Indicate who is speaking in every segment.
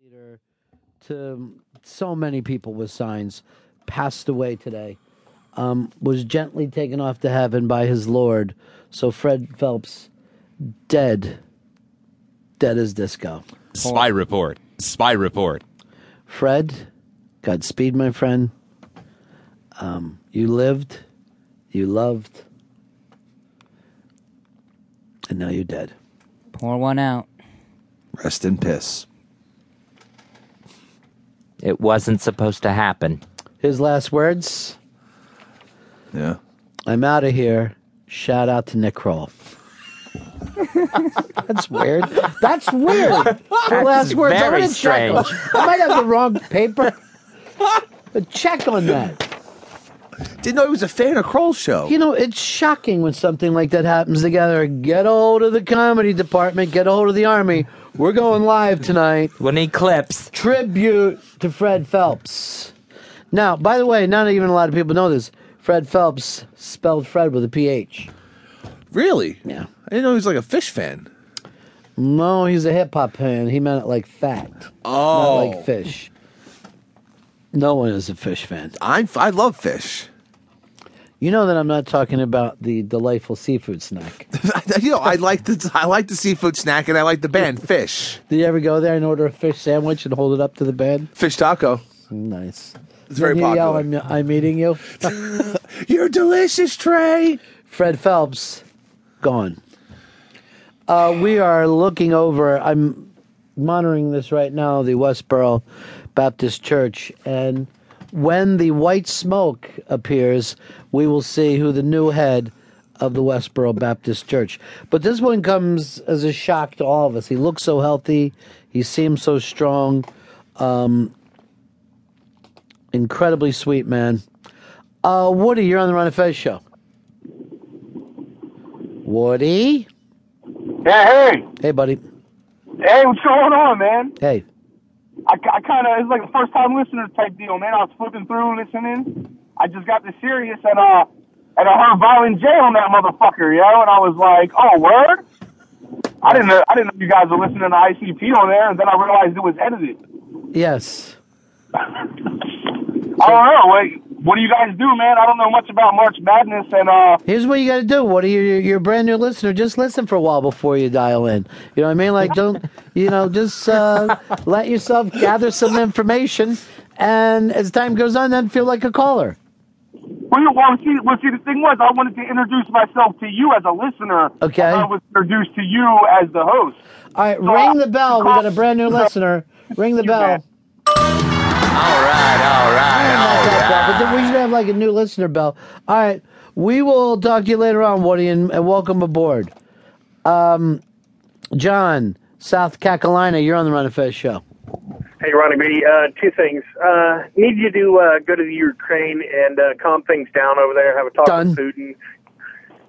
Speaker 1: contributor to um, so many people with signs, passed away today. Um, was gently taken off to heaven by his Lord. So Fred Phelps, dead, dead as disco.
Speaker 2: Spy report. Spy report.
Speaker 1: Fred, Godspeed, my friend. Um, you lived, you loved, and now you're dead.
Speaker 3: Pour one out.
Speaker 4: Rest in piss.
Speaker 5: It wasn't supposed to happen.
Speaker 1: His last words.
Speaker 4: Yeah.
Speaker 1: I'm out of here. Shout out to Nick Kroll. That's weird. That's weird. The last words. I'm
Speaker 5: very
Speaker 1: gonna check on- I might have the wrong paper. But check on that.
Speaker 4: Didn't know he was a fan of Kroll's show.
Speaker 1: You know, it's shocking when something like that happens together. Get a hold of the comedy department. Get a hold of the army. We're going live tonight.
Speaker 5: When he clips,
Speaker 1: tribute to Fred Phelps. Now, by the way, not even a lot of people know this. Fred Phelps spelled Fred with a PH.
Speaker 4: really?
Speaker 1: Yeah.
Speaker 4: I didn't know he was like a fish fan.
Speaker 1: No, he's a hip hop fan. He meant it like fat, not
Speaker 4: Oh,
Speaker 1: like fish. No one is a fish fan.
Speaker 4: I'm, I love fish.
Speaker 1: You know that I'm not talking about the delightful seafood snack.
Speaker 4: you know, I like the I like the seafood snack, and I like the band Fish.
Speaker 1: Did you ever go there and order a fish sandwich and hold it up to the bed?
Speaker 4: Fish taco.
Speaker 1: Nice.
Speaker 4: It's very
Speaker 1: Then you yell,
Speaker 4: popular.
Speaker 1: I'm, I'm eating you.
Speaker 4: You're delicious, Trey.
Speaker 1: Fred Phelps, gone. Uh, we are looking over. I'm monitoring this right now. The Westboro Baptist Church, and when the white smoke appears, we will see who the new head of the Westboro Baptist Church. But this one comes as a shock to all of us. He looks so healthy. He seems so strong. Um, incredibly sweet man. Uh, Woody, you're on the Run of Fez show. Woody.
Speaker 6: Yeah, hey,
Speaker 1: Hey, buddy.
Speaker 6: hey, what's going on, man?
Speaker 1: Hey.
Speaker 6: I, I kind of it's like a first time listener type deal, man. I was flipping through listening. I just got the serious and uh and I heard Violent J on that motherfucker, yo, and I was like, oh word. I didn't know I didn't know you guys were listening to ICP on there, and then I realized it was edited.
Speaker 1: Yes.
Speaker 6: I don't know. What, what do you guys do, man? I don't know much about March Madness, and uh,
Speaker 1: Here's what you got to do. What are you? You're, you're a brand new listener. Just listen for a while before you dial in. You know what I mean? Like, don't you know? Just uh, let yourself gather some information, and as time goes on, then feel like a caller.
Speaker 6: Well, you- well, see, well, see, the thing was, I wanted to introduce myself to you as a listener.
Speaker 1: Okay.
Speaker 6: and I was introduced to you as the host.
Speaker 1: All right,
Speaker 5: Oh,
Speaker 1: ring the bell. We got a brand new listener. Ring the bell.
Speaker 5: all right, all
Speaker 1: I
Speaker 5: right,
Speaker 1: don't know
Speaker 5: all
Speaker 1: if
Speaker 5: right.
Speaker 1: that bell, but then we should have like a new listener bell. All right, we will talk to you later on, Woody, and, and welcome aboard. Um, John, South Carolina, you're on the Run of Fez show.
Speaker 7: Hey, Ronnie B. Uh, two things. Uh, need you to uh, go to the Ukraine and uh, calm things down over there. Have a talk
Speaker 1: Done.
Speaker 7: with Putin.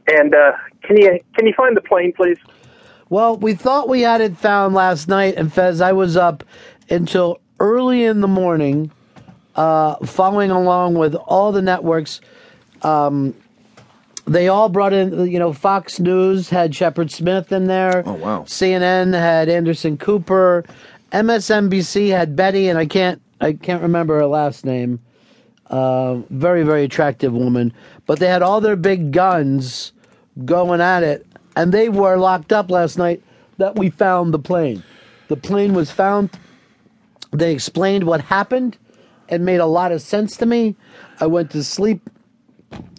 Speaker 7: And uh, can you can you find the plane, please?
Speaker 1: Well, we thought we had it found last night, and Fez, I was up until early in the morning, uh, following along with all the networks. Um, they all brought in, you know, Fox News had Shepard Smith in there.
Speaker 4: Oh, wow.
Speaker 1: CNN had Anderson Cooper. MSNBC had Betty, and I can't, I can't remember her last name. Uh, very, very attractive woman. But they had all their big guns going at it, and they were locked up last night. That we found the plane. The plane was found. They explained what happened. It made a lot of sense to me. I went to sleep,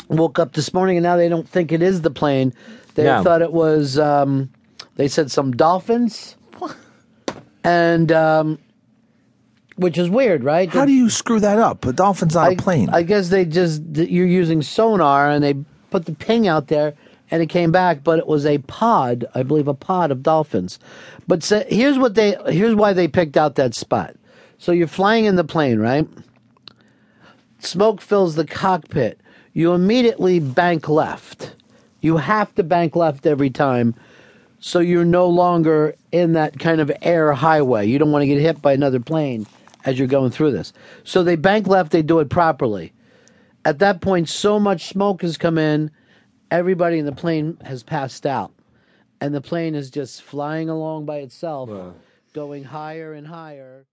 Speaker 1: woke up this morning, and now they don't think it is the plane. They
Speaker 5: No.
Speaker 1: thought it was. Um, they said some dolphins, and um, which is weird, right?
Speaker 4: How do you screw that up? A dolphin's not a plane.
Speaker 1: I guess they just th- you're using sonar and they put the ping out there and it came back, but it was a pod, I believe, a pod of dolphins. But so, here's what they here's why they picked out that spot. So you're flying in the plane, right? Smoke fills the cockpit. You immediately bank left. You have to bank left every time. So you're no longer in that kind of air highway. You don't want to get hit by another plane as you're going through this. So they bank left, they do it properly. At that point, so much smoke has come in, everybody in the plane has passed out. And the plane is just flying along by itself, going higher and higher.